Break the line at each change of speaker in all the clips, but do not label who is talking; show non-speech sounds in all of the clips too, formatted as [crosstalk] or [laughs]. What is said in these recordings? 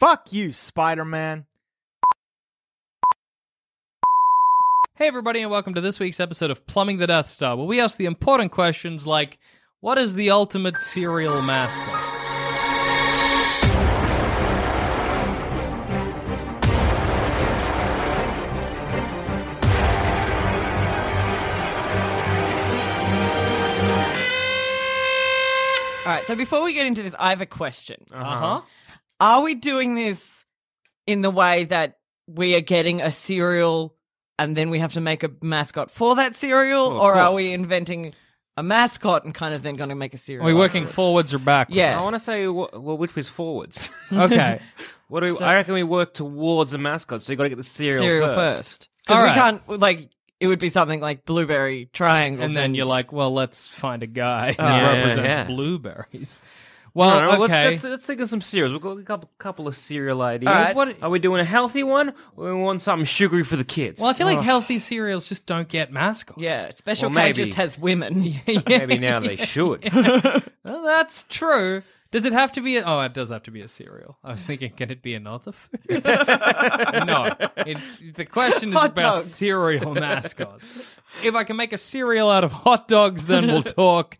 Fuck you, Spider Man.
Hey, everybody, and welcome to this week's episode of Plumbing the Death Star, where we ask the important questions like What is the ultimate cereal mascot?
All right. So before we get into this, I have a question.
Uh
Uh-huh.
huh.
Are we doing this in the way that we are getting a cereal and then we have to make a mascot for that cereal,
Well, of
or are
course.
we inventing a mascot and kind of then going to make a cereal?
Are we working
afterwards?
forwards or backwards?
Yeah.
I want to say, wh- well, which was forwards?
Okay.
what do we,
So-
I reckon we work towards a mascot, so you got to get the cereal,
cereal
first.
first? Because
All
we
right.
can't like it would be something like blueberry triangles,
and then you're like, well, let's find a guy who
Yeah,
represents
yeah.
blueberries.
No,
Well,
no,
Oh, okay.
let's, let's, let's think of some cereals. We've got a couple, couple of cereal ideas.
All right.
What are we doing? A healthy one? Or we want something sugary for the kids.
well, I feel like healthy cereals just don't get mascots.
yeah, Special
Well,
K
maybe.
just has
[laughs]
[laughs] women.
maybe now they should.
Well, that's true. Does it have to be? A, oh, it does have to be a cereal. I was thinking, can it be another
[laughs]
food? no. It, the question is
Hot
about
dogs.
cereal mascots. if I can make a cereal out of hot dogs, then
[laughs]
we'll talk.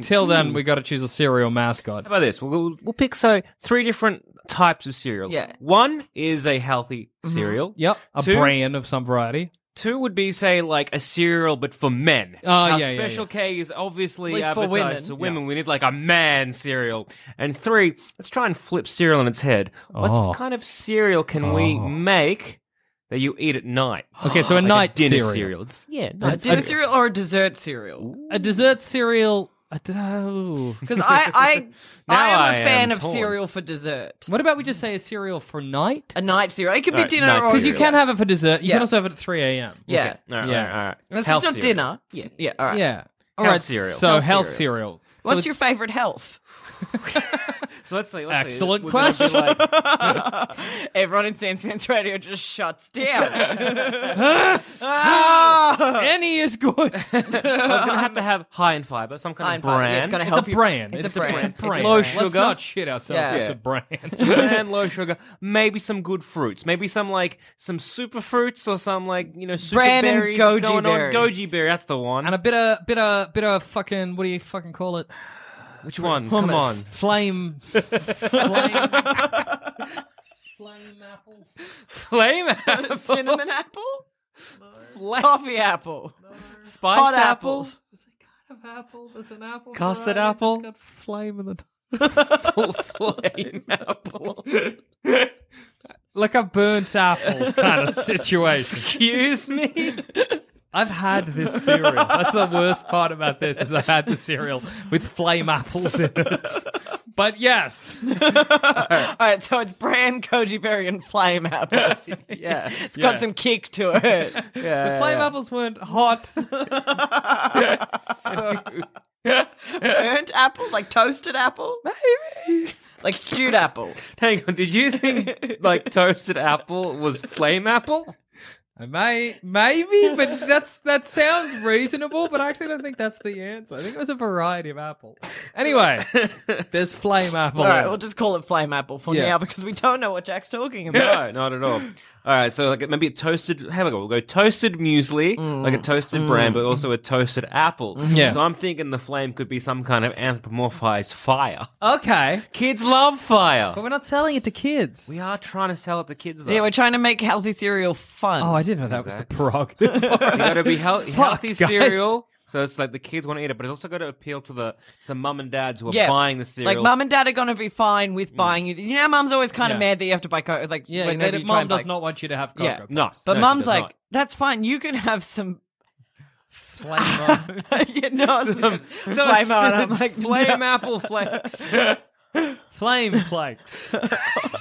Till then, we got to choose a cereal mascot.
How about this? We'll, we'll pick so three different types of cereal.
Yeah.
One is a healthy cereal.
Yep, a
Two-
brand of some variety.
Two would be say like a cereal but for men.
Oh,
Our
yeah, yeah,
Special K is obviously
Like, for
advertised
women.
to women. We need like a man cereal. And three, let's try and flip cereal on its head.
Oh.
What kind of cereal can we make that you eat at night?
[gasps] Okay, so a
Like
night
dinner
cereal.
It's- Yeah,
a
night
dinner
cereal.
cereal or a dessert cereal?
A dessert cereal. I oh. don't know.
Because I, I, I am
[laughs] Now
a
I am
fan of
torn.
cereal for dessert.
What about we just say a cereal for night?
A night cereal. It could be
Alright,
dinner
night
or
Because you
cereal.
can have it for dessert. You
Yeah.
can also have it at 3 a.m.
Yeah.
All right,
Yeah.
all right, all right.
It's
Health
not
cereal.
dinner. Yeah. Yeah. All right.
Yeah. All
Health
right.
cereal.
So health,
Health
cereal. So
What's
it's-
your favorite health?
So let's say, let's say
Excellent
we're gonna be
question.
like-
Everyone in Sans Pants Radio
[laughs]
just shuts down. Ah!
Any is [laughs] good.
Well, it's gonna have to have high in fiber, some kind
Fine,
of
fine.
brand.
Yeah, it's gonna
It's a
help you-
brand.
It's, a brand.
It's a
It's
brand.
low
Let's
sugar.
not shit ourselves.
Yeah.
It's a
Yeah.
brand.
[laughs] and low sugar, maybe some good fruits, maybe some like some super fruits or some like you know super
Bran and
berries
goji
going
berry.
on. Goji berry, that's the one.
and a bit of, bit of, bit of fucking, what do you fucking call it?
Which one? Come on. [laughs]
Hummus.
[laughs] Flame. Flame. Flame apples.
Flame apple,
Cinnamon apple? Toffee apple?
spice
Hot
apple,
apple?
Have apple. There's an apple.
Custard
variety.
apple.
It's [laughs] got flame in the top.
full [laughs] flame apple.
Like a burnt apple kind of situation.
Excuse me.
[laughs] I've had this cereal. That's the worst part about this is I've had the cereal with flame apples in it. But yes,
[laughs] All right, so it's brand Koji Berry and
[laughs]
Flame apples.
Yeah,
It's got some kick to it.
yeah.
the flame apples weren't hot.
So,
Burnt apple? Like toasted apple? Maybe. Like stewed apple?
hang on. Did you think like toasted apple was flame apple?
I may, maybe, but that's that sounds reasonable. But I actually don't think that's the answer. I think it was a variety of apple.
[laughs]
Anyway, there's flame apple.
All right, we'll just call it flame apple for
Yeah.
now because we don't know what
[laughs]
Jack's talking about.
no, not at all. All right, so like maybe a toasted. Have a go. We'll go toasted muesli,
Mm.
like a toasted bran, but also a toasted apple.
Mm-hmm.
Yeah.
So I'm thinking the flame could be some kind of anthropomorphized fire.
okay,
Kids love fire.
but we're not selling it to kids.
We are trying to sell it to kids though.
Yeah, we're trying to make healthy cereal fun.
Oh, I didn't know that was the
[laughs]
prerogative.
you got to be healthy, healthy
guys.
cereal. So it's like the kids want to eat it, but it's also got to appeal to the the mum and dads who are
yeah.
buying the cereal.
Like, mum and dad are going to be fine with buying you. You know, mum's always kind of
Yeah.
mad that you have to buy Coke. Like,
yeah,
whenever
that
you try
mom
and
does
buy-
not want you to have cocoa.
Yeah.
no,
puffs.
But
no, she
mum's
does
like,
not.
that's fine. You can have some.
Flame on.
you know, [laughs] some
so
flame
it's
on. I'm [laughs]
just
like,
[laughs] flame
no.
apple flakes.
Flame flakes. [laughs]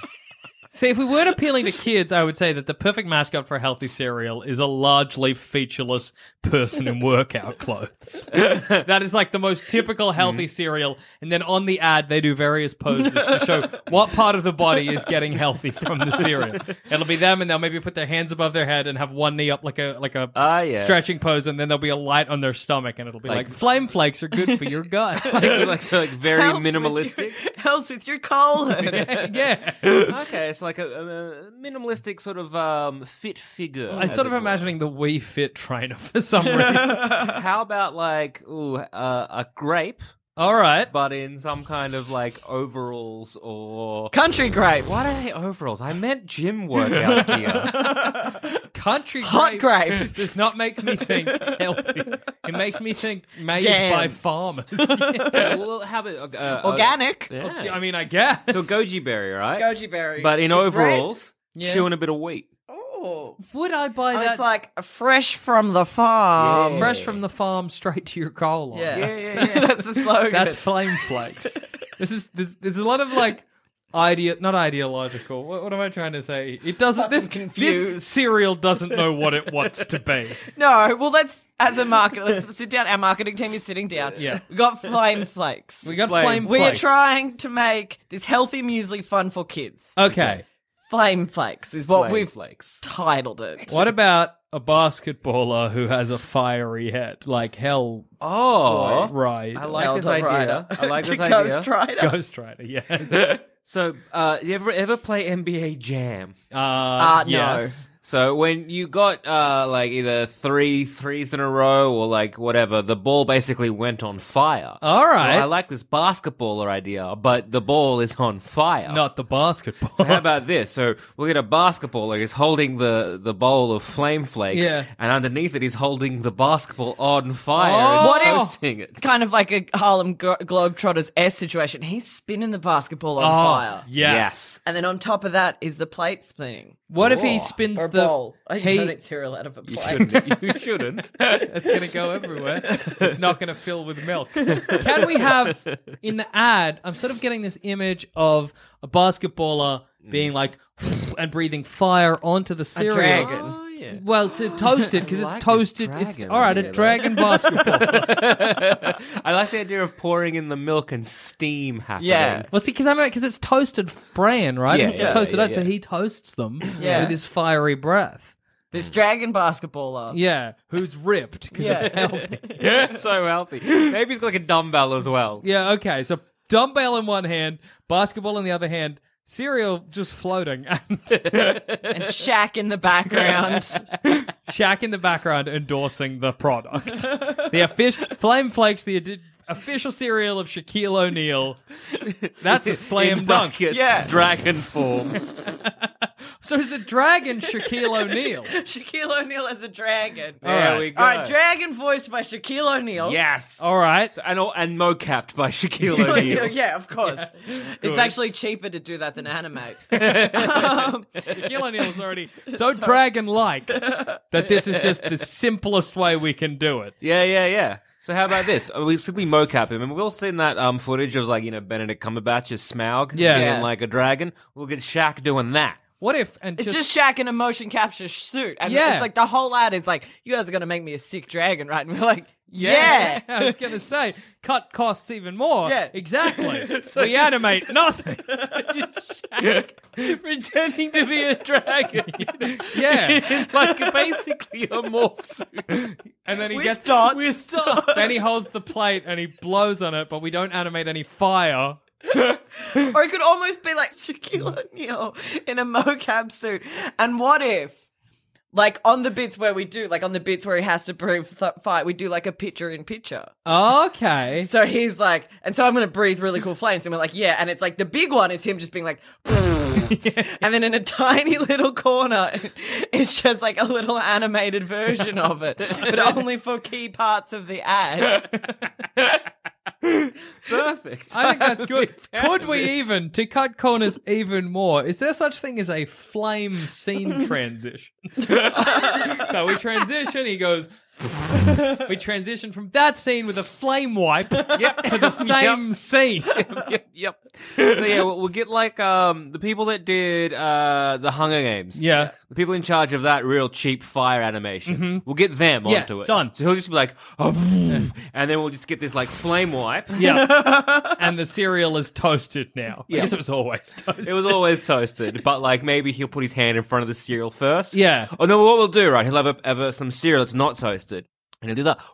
See, if we weren't appealing to kids, I would say that the perfect mascot for a healthy cereal is a largely featureless person in workout clothes. that is like the most typical healthy cereal. And then on the ad, they do various poses to show what part of the body is getting healthy from the cereal. It'll be them, and they'll maybe put their hands above their head and have one knee up like a like a
Ah, yeah.
stretching pose, and then there'll be a light on their stomach, and it'll be like,
Like-
flame flakes are good for your gut.
[laughs]
[laughs]
[laughs] like, like, so like very
Helps with
minimalistic.
your- [laughs] helps with your colon.
yeah.
okay, it's like a, a, a minimalistic sort of um, fit figure.
I
as
sort of
it were.
imagining the Wii Fit trainer [laughs] for some
[laughs]
reason.
[laughs] How about like ooh, uh, a grape,
All right.
but in some kind of like overalls
[laughs]
or.
Country grape.
Why do they overalls? I meant gym
[laughs]
workout gear.
Country
Hot
grape, [laughs]
grape.
does not make me think healthy. It makes me think made
Jam.
by
[laughs]
farmers.
well, how about uh, uh,
Organic.
Yeah.
I mean, I guess.
so goji berry, right?
Goji berry.
but in
It's
overalls,
Yeah.
chewing a bit of wheat.
red. Oh.
would I buy
And
that um,
it's like fresh from the farm.
fresh from the farm straight to your goal line?
Yeah. [laughs]
Yeah, yeah, yeah.
That's the slogan.
That's flame flakes. this is there's, there's a lot of like idea not ideological. What, what am I trying to say? It doesn't. This
confused.
this cereal doesn't know what it wants to
[laughs]
be.
no, well, that's as a market. Let's [laughs] sit down. Our marketing team is sitting down.
Yeah.
we got flame flakes.
We got flame
Flame.
We are
flakes.
trying to make this healthy muesli fun for kids.
Okay.
Flame flakes is what
Flame
we've
flakes.
titled it.
What about a basketballer who has a fiery head, like Hell
Oh,
Ride,
I like
Elder
this idea.
Rider.
I like
[laughs] to
this idea.
Ghost Rider.
[laughs] Ghost Rider? Yeah.
[laughs] So, uh, you ever ever play NBA Jam?
Uh,
no.
yes.
So when you got uh, like either three threes in a row or like whatever, the ball basically went on fire.
All
So
right.
I like this basketballer idea, but the ball is on fire.
Not the basketball.
So how about this? So we get a basketballer who's holding the, the bowl of flame flakes,
Yeah.
and underneath it he's holding the basketball on fire
Oh.
and
What if-
toasting it.
Kind of like a Harlem Glo- Globetrotters S situation. He's spinning the basketball on
[laughs] Oh,
fire.
Yes.
And then on top of that is the plate spinning.
What if he
Or-
spins
Or a
the
bowl. I
he-
don't eat cereal out of a
You
plate.
shouldn't. You
[laughs]
shouldn't. [laughs]
It's going to go everywhere. It's not going to fill with milk. Can we have in the ad? I'm sort of getting this image of a basketballer
Mm.
being like [laughs] and breathing fire onto the cereal.
dragon.
oh, yeah.
Well, to toast it because
I
it's
like this
toasted. It's
dragon
all right, a
idea, though. [laughs]
dragon basketball.
I like the idea of pouring in the milk and steam happening.
Yeah.
well, see, because I'm because it's toasted bran, right?
Yeah,
it's
yeah,
toasted
yeah,
oats, so
yeah.
he toasts
[clears throat]
them
Yeah.
with his fiery breath.
this dragon basketballer.
Yeah, who's ripped? 'cause
Yeah.
it's healthy.
Yeah, so healthy. Maybe he's got like a dumbbell as well.
Yeah, okay. So dumbbell in one hand, basketball in the other hand, cereal just floating, [laughs] and
[laughs] And Shaq in the
[laughs]
background.
Shaq in the background endorsing the
[laughs]
product. The official Flame Flakes, the adi- official cereal of Shaquille O'Neal. That's a slam
In
dunk.
buckets,
Yeah.
dragon form.
[laughs] So is the dragon Shaquille O'Neal?
Shaquille O'Neal as a dragon.
There
right.
we go.
All right, dragon voiced by Shaquille O'Neal.
yes.
All
[laughs]
right.
And, all- and mo-capped by [laughs] Shaquille
Well, [laughs]
O'Neal.
yeah, yeah, of course. It's actually cheaper to do that than animate. um,
Shaquille O'Neal's
[laughs]
already so dragon-like that this is just the simplest way we can do it.
Yeah, yeah, yeah. So how about this? Uh, We simply mocap him, and we've all seen that um, footage of like you know Benedict Cumberbatch as Smaug,
Yeah.
being
Yeah.
like a dragon. We'll get Shaq doing that.
What if and
it's
just,
just Shaq in a motion capture suit, and
Yeah.
it's like the whole ad is like, "You guys are gonna make me a sick dragon, right?" And we're like, "Yeah."
yeah. [laughs] I was gonna say cut costs even more.
Yeah.
[laughs]
exactly. so we animate nothing. So just
pretending to be a dragon.
Yeah.
It's [laughs] like basically a morph suit.
And then he
With
gets
dots.
with dots. Then he holds the plate and he blows on it, but we don't animate any fire.
or it could almost be like Shaquille O'Neal in a mocap suit. And what if, like, on the bits where we do, like, on the bits where he has to prove th- fight, we do like a picture in picture.
Okay.
So he's like, and so I'm gonna breathe really cool flames, and we're like, yeah, and it's like the big one is him just being like, [laughs] and then in a tiny little corner, it's just like a little animated version of it, but only for key parts of the [laughs] ad.
[laughs] Perfect.
I think
I'm
that's
a
good.
big fan
Could
of
we
this.
even, to cut corners even more, is there such thing as a flame scene transition? so we transition, he goes, [laughs] we transition from that scene with a flame wipe
[laughs]
to the same scene. [laughs]
yep, yep. So yeah, we'll, we'll get like um the people that did uh the Hunger Games.
Yeah.
The people in charge of that real cheap fire animation. We'll get them
Mm-hmm. Yeah,
onto it.
done.
So he'll just be like, "Um," and then we'll just get this like flame wipe.
Yeah. And the cereal is toasted now.
Yeah.
I guess it was always toasted.
It was always toasted, but like maybe he'll put his hand in front of the cereal first.
Yeah.
Oh no, what we'll do, right? He'll have a, have a, some cereal that's not toasted, and he'll do that. [laughs]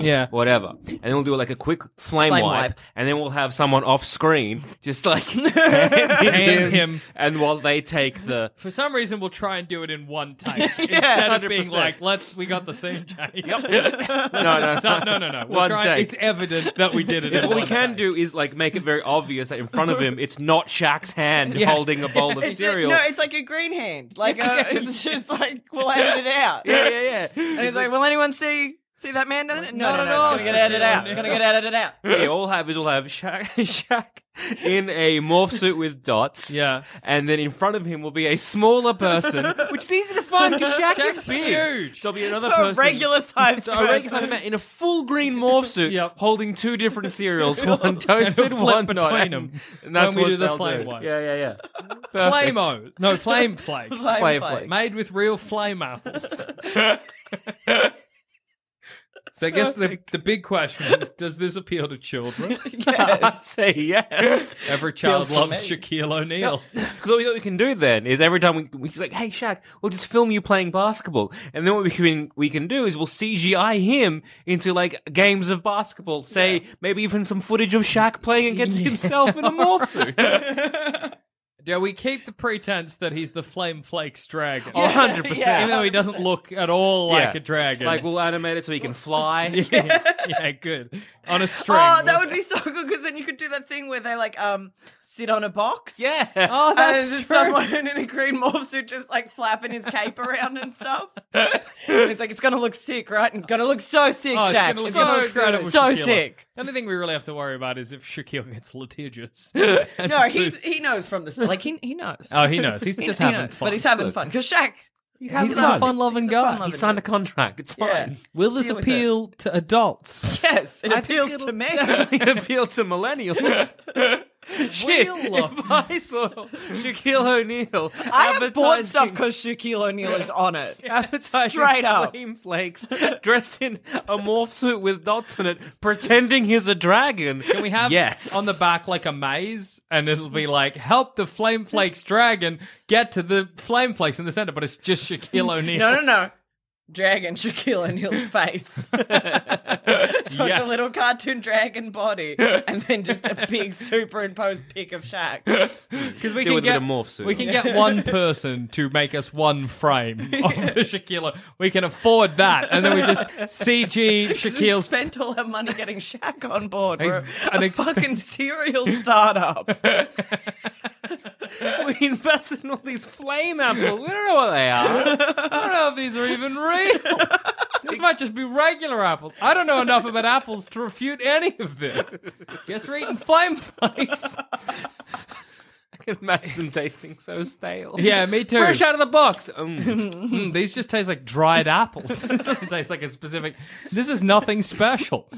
Yeah.
whatever. And then we'll do like a quick flame,
Flame
wipe,
wipe.
and then we'll have someone off screen just like [laughs] hand
Hand him.
and while they take the
For some reason, we'll try and do it in one take instead of being
100%.
like, "Let's we got the scene change."
no no
[laughs] no, no, no, no. We'll
One
try-
take.
It's evident that we did it. in
What we
one
can
take.
do is like make it very obvious that in front of him it's not Shaq's
[laughs]
hand
Yeah.
holding a bowl of
It's like-
cereal.
no, it's like a green hand. Like [laughs] uh it's just like we'll edit it out.
yeah, yeah,
[laughs]
yeah.
And he's like, "Will anyone see see that man doing it? No,
Not
no,
at
no,
all.
it's gonna get edited out.
No.
It's gonna get edited out."
yeah, all have is all have Shaq, [laughs] Shaq in a morph suit with dots.
Yeah.
And then in front of him will be a
[laughs]
smaller person, which is easy to find because Shaq
Shaq's
is big.
huge.
So there''ll be
[laughs]
another
A
person.
regular [laughs] sized
So a regular sized man in a full green morph suit,
Yep.
holding
[laughs]
two different cereals, one toasted,
flip
one
between
not, and-
them
And that's
when we
what
do the
they'll
flame
do.
one.
Yeah, yeah, yeah. Perfect.
Flameo. No, flame flakes.
Flame
Flame
flakes.
flakes.
Made with real flame
[laughs]
apples. so I guess the, the big question is does this appeal to
[laughs]
children?
I'd say [laughs] yes.
Every child
Appeals to
loves
me.
Shaquille O'Neal.
Because all we- all we can do then is every time we, we just like, hey Shaq, we'll just film you playing basketball, and then what we can we can do is we'll CGI him into like games of basketball. Say maybe even some footage of Shaq playing against himself in a morph suit.
Do we keep the pretense that he's the flame flakes dragon?
A hundred
Even
Yeah.
percent.
though he doesn't look at all like
Yeah.
a dragon.
Like we'll animate it so he can fly. [laughs]
yeah, [laughs] yeah, good. On a string.
Oh, that would be so [laughs] good because then you could do that thing where they like um sit on a box.
yeah.
Oh,
And
that's
there's just
true.
someone [laughs] in a green morph suit just like flapping his cape around and stuff. And it's like it's gonna look sick, right? And it's gonna look so sick,
Oh, it's
Shaq.
gonna look
so,
incredible,
so
Shaquille. [laughs]
sick.
The only thing we really have to worry about is if Shaquille gets litigious.
[laughs]
[laughs]
No, he's he knows from the start. Like he he knows.
oh, he knows. He's
[laughs] He-
just
he
having
knows,
fun.
But he's having fun because Shaq.
He's
He's a fun-loving
He's a
guy.
fun-loving
He signed a contract. It's
Yeah.
fine. [laughs]
Will this
Deal with
appeal to adults?
Yes, it
I think
appeals
it'll-
to
[laughs]
me.
It appealed to millennials. Shit,
We'll love
[laughs] if I saw Shaquille O'Neal
I have bought stuff
advertising-
because Shaquille O'Neal is on it.
advertising
Straight up.
flame flakes dressed in a morph suit with dots in it, pretending he's a dragon.
Can we have
yes
on the back like a maze, and it'll be like help the Flame Flakes dragon get to the Flame Flakes in the center, but it's just Shaquille O'Neal.
[laughs] No, no, no. Dragon Shaquille
[laughs]
O'Neal's face. so it's a little cartoon dragon body, and then just a
[laughs]
big superimposed pic of Shaq.
because we
Do
can
with a
get
bit of morph suit
we
on
can get
[laughs]
one person to make us one frame of the Shaquille. O- We can afford that, and then we
[laughs]
just CG
We
Shaquille's
spent all our money getting Shaq on board.
Ex-
We're
an
a
expen-
fucking serial startup.
[laughs] we invest in all these flame apples. We don't know what they are.
[laughs] I don't know if these are even real. These might just be regular apples. I don't know enough about apples to refute any of this. Guess we're eating flame flakes.
I can imagine them tasting so stale.
Yeah, me too.
Fresh out of the box.
[laughs]
Mm.
Mm, these just taste like dried apples. [laughs] this doesn't taste like a specific. This is nothing special.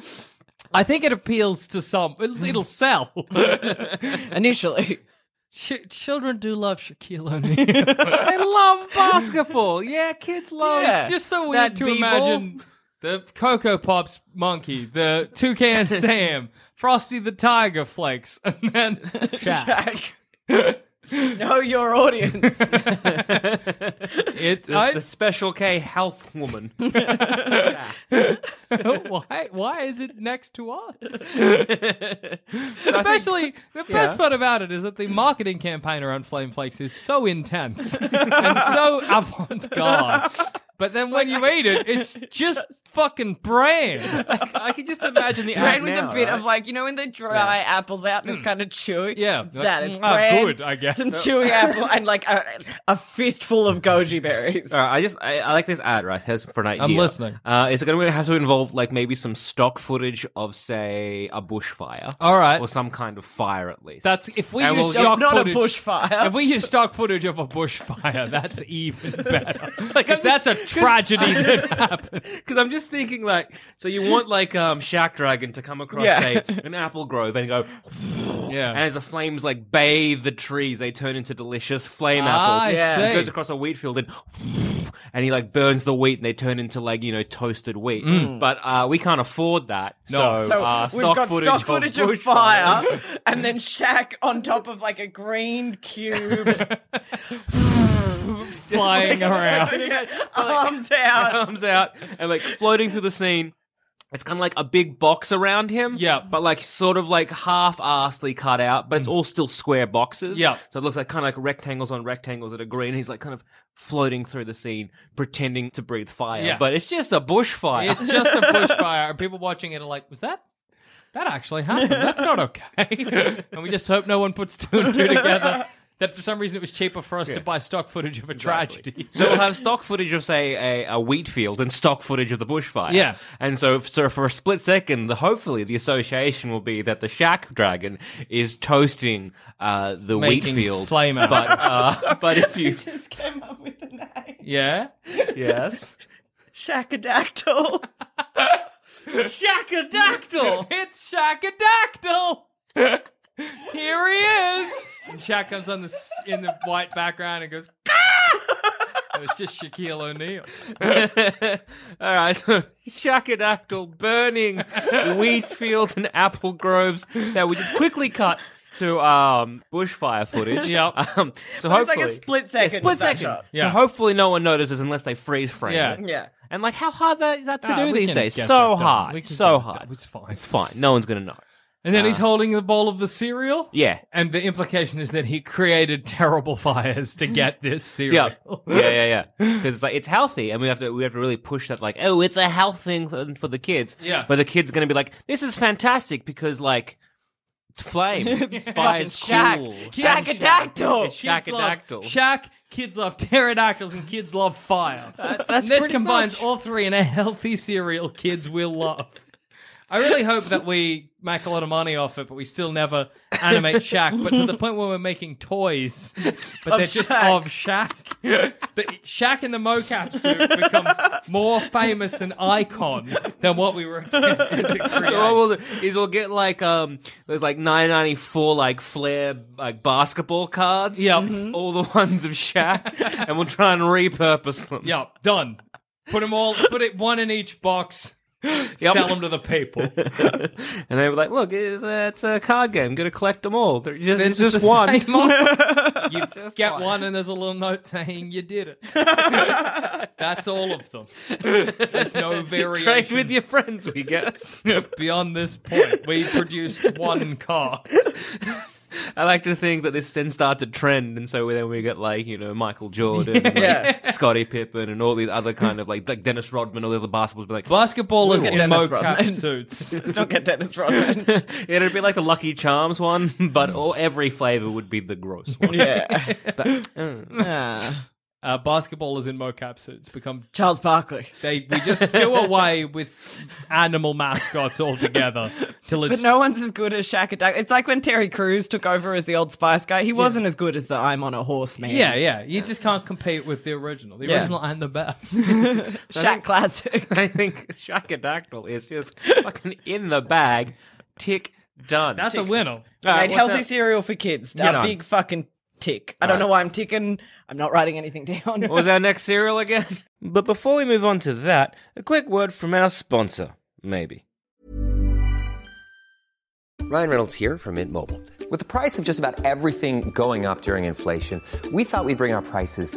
I think it appeals to some. It'll, it'll sell.
Initially,
Ch- children do love Shaquille O'Neal.
I love basketball. Yeah, kids love.
Yeah.
Oh, It's just so weird
That
to
B-ball.
imagine the Cocoa Pops monkey, the [laughs] Toucan [laughs] Sam, Frosty the Tiger Flakes, and then [laughs] Shaq.
Shaq. Know your
[laughs]
audience.
It,
The,
I,
the Special K
[laughs]
health woman.
why, why is it next to [laughs] us? Especially, the best part about it is that the marketing campaign around Flame Flakes is so [laughs] intense and so avant garde. But then when you eat it, [laughs] it's just fucking bran. [laughs]
I can just imagine the ad
Brand with
now,
a bit
right?
of like you know when they dry apples out and it's kind of chewy.
Hmm. Yeah,
It's
like,
that it's
mm, ah,
bran,
good, I guess.
Some chewy apple and like a, a fistful of goji
[laughs]
berries.
All right, Uh, I just I, I like this ad right. Here's for an idea.
listening.
Uh, it's going to have to involve like maybe some stock footage of say a bushfire.
All right.
or some kind of fire at least.
That's if we
And
use
we'll-
No,
stock
not
footage.
a bushfire.
If we use stock footage of a bushfire, [laughs] that's even [laughs] better. Because that's a [laughs] tragedy that happened.
because I'm just thinking like so you want like um Shack Dragon to come across
Yeah.
say an apple grove and go and
Yeah.
as the flames like bathe the trees they turn into delicious flame
Ah,
apples.
I
Yeah.
He
see.
goes across a wheat field and and he like burns the wheat and they turn into like you know toasted wheat. But uh, we can't afford that.
Mm. No.
So,
So
uh,
we've
stock
got
footage
stock
of
footage of,
bushfires.
fire,
[laughs]
and then Shaq on top of like a green
[laughs]
cube,
flying around.
[laughs]
arms out.
comes out and like floating through the scene. It's kind of like a big box around him,
Yeah. Mm.
but like sort of like half-assedly cut out, but it's all still square boxes,
Yeah.
So it looks like kind of like rectangles on rectangles that are green. He's like kind of floating through the scene, pretending to breathe fire,
Yeah.
but it's just a
[laughs]
bushfire.
It's just a bushfire, and people watching it are like, "Was that? That actually happened? That's not okay." [laughs] and we just hope no one puts two and two together. That for some reason it was cheaper for us to buy stock footage of a tragedy.
[laughs]
[laughs]
So we'll have stock footage of, say, a, a wheat field and stock footage of the bushfire.
Yeah.
And so, so for a split second, the, hopefully the association will be that the shack dragon is toasting uh, the
Making
wheat field.
flame out.
But, uh, but if you.
Just came up with the name
[laughs] yeah,
Yes.
Shakadactyl.
Shackadactyl. [laughs] It's Shackadactyl. Here he is. And Shaq comes on the s- in the white background and goes. "Ah!" It was just Shaquille O'Neal.
[laughs] All right, so [laughs] Shakadactyl
[laughs]
burning wheat fields and apple groves. Now we just quickly cut to um, bushfire footage.
Yep.
[laughs] Um, so
But it's like a
hopefully,
split
Yeah,
second
split
of that
second.
shot.
Yeah.
So hopefully no one notices unless they freeze frame
Yeah.
it.
Yeah.
And like, how hard that is that to
Ah,
do
we
these
can
days?
get
So
that done. We
hard,
can
so
get that
hard.
done. It's fine.
It's fine. No one's gonna know.
And then he's holding the bowl of the cereal.
Yeah.
And the implication is that he created terrible fires to get
[laughs]
this cereal.
Yeah, yeah, yeah, yeah. Because it's like it's healthy, and we have to we have to really push that. Like, oh, it's a health thing for, for the kids.
Yeah.
But the kid's gonna be like, this is fantastic because like it's flame, it's fire's cool.
Shaq.
Shaq.
Shakadactyl.
It's
Kids love
Shakadactyl.
Shaq, kids love pterodactyls, and kids love fire. and this
pretty
combines
much-
all three in a healthy cereal kids will love. I really hope that we make a lot of money off it, but we still never animate Shaq. But to the point where we're making toys, but they're just
Shaq.
of Shaq. The, Shaq in the mocap suit becomes more famous an icon than what we were attempting to create.
So what we'll do is we'll get like um there's like 994 like flair like basketball cards. Mm-hmm.
Yep.
All the ones of Shaq, and we'll try and repurpose them.
Yeah, done. Put them all. Put it one in each box. Sell them to the people.
and they were like, "Look, it's a, it's a card game. Going to collect them all. They're just, it's
It's
just
the
one.
same one.
[laughs] You just
Get
one.
one, and there's a little note saying you did it.
[laughs]
That's all of them. There's no variation
Trade with your friends, we guess."
beyond this point. We produced one card.
I like to think that this then started to trend, and so then we get like you know Michael Jordan, and, like,
Yeah.
[laughs]
Scottie Pippen, and all these other kind of like like Dennis Rodman, all the other basketballs, be like.
Basketballers
Look
in
at Dennis
mocap
[laughs] Rodman.
suits.
Let's not get Dennis
[laughs]
Rodman.
It'd be like the Lucky Charms one, [laughs] but all, every flavor would be the gross one.
yeah. [laughs]
Mm.
Ah.
Uh, basketballers in mocap suits become.
Charles Barkley.
They we just do away with animal mascots altogether till
But
it's
no one's as good as Shakadactyl. It's like when Terry Crews took over as the old Spice Guy. He wasn't as good as the I'm on a horse man.
[laughs] Yeah, yeah. You just can't compete with the original. The
Yeah.
original and the best.
[laughs] Shaq [laughs] classic.
[laughs] I think Shakadactyl is [laughs] just fucking in the bag. Tick done.
That's a winner.
All right,
Made
what's
healthy
that-
cereal for kids.
Get
a
on.
big fucking tick. I don't know why I'm ticking. I'm not writing anything down. [laughs]
What was our next cereal again? But before we move on to that, a quick word from our sponsor, maybe.
Ryan Reynolds here from Mint Mobile. With the price of just about everything going up during inflation, we thought we'd bring our prices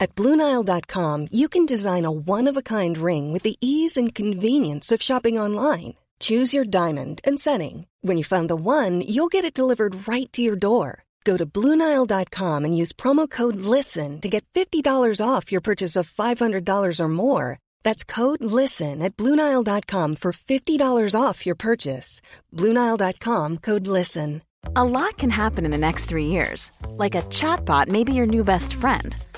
At Bluenile.com, you can design a one of a kind ring with the ease and convenience of shopping online. Choose your diamond and setting. When you find the one, you'll get it delivered right to your door. Go to Bluenile.com and use promo code LISTEN to get $50 off your purchase of $500 or more. That's code LISTEN at Bluenile.com for $50 off your purchase. Bluenile.com code LISTEN.
A lot can happen in the next three years. Like a chatbot may be your new best friend.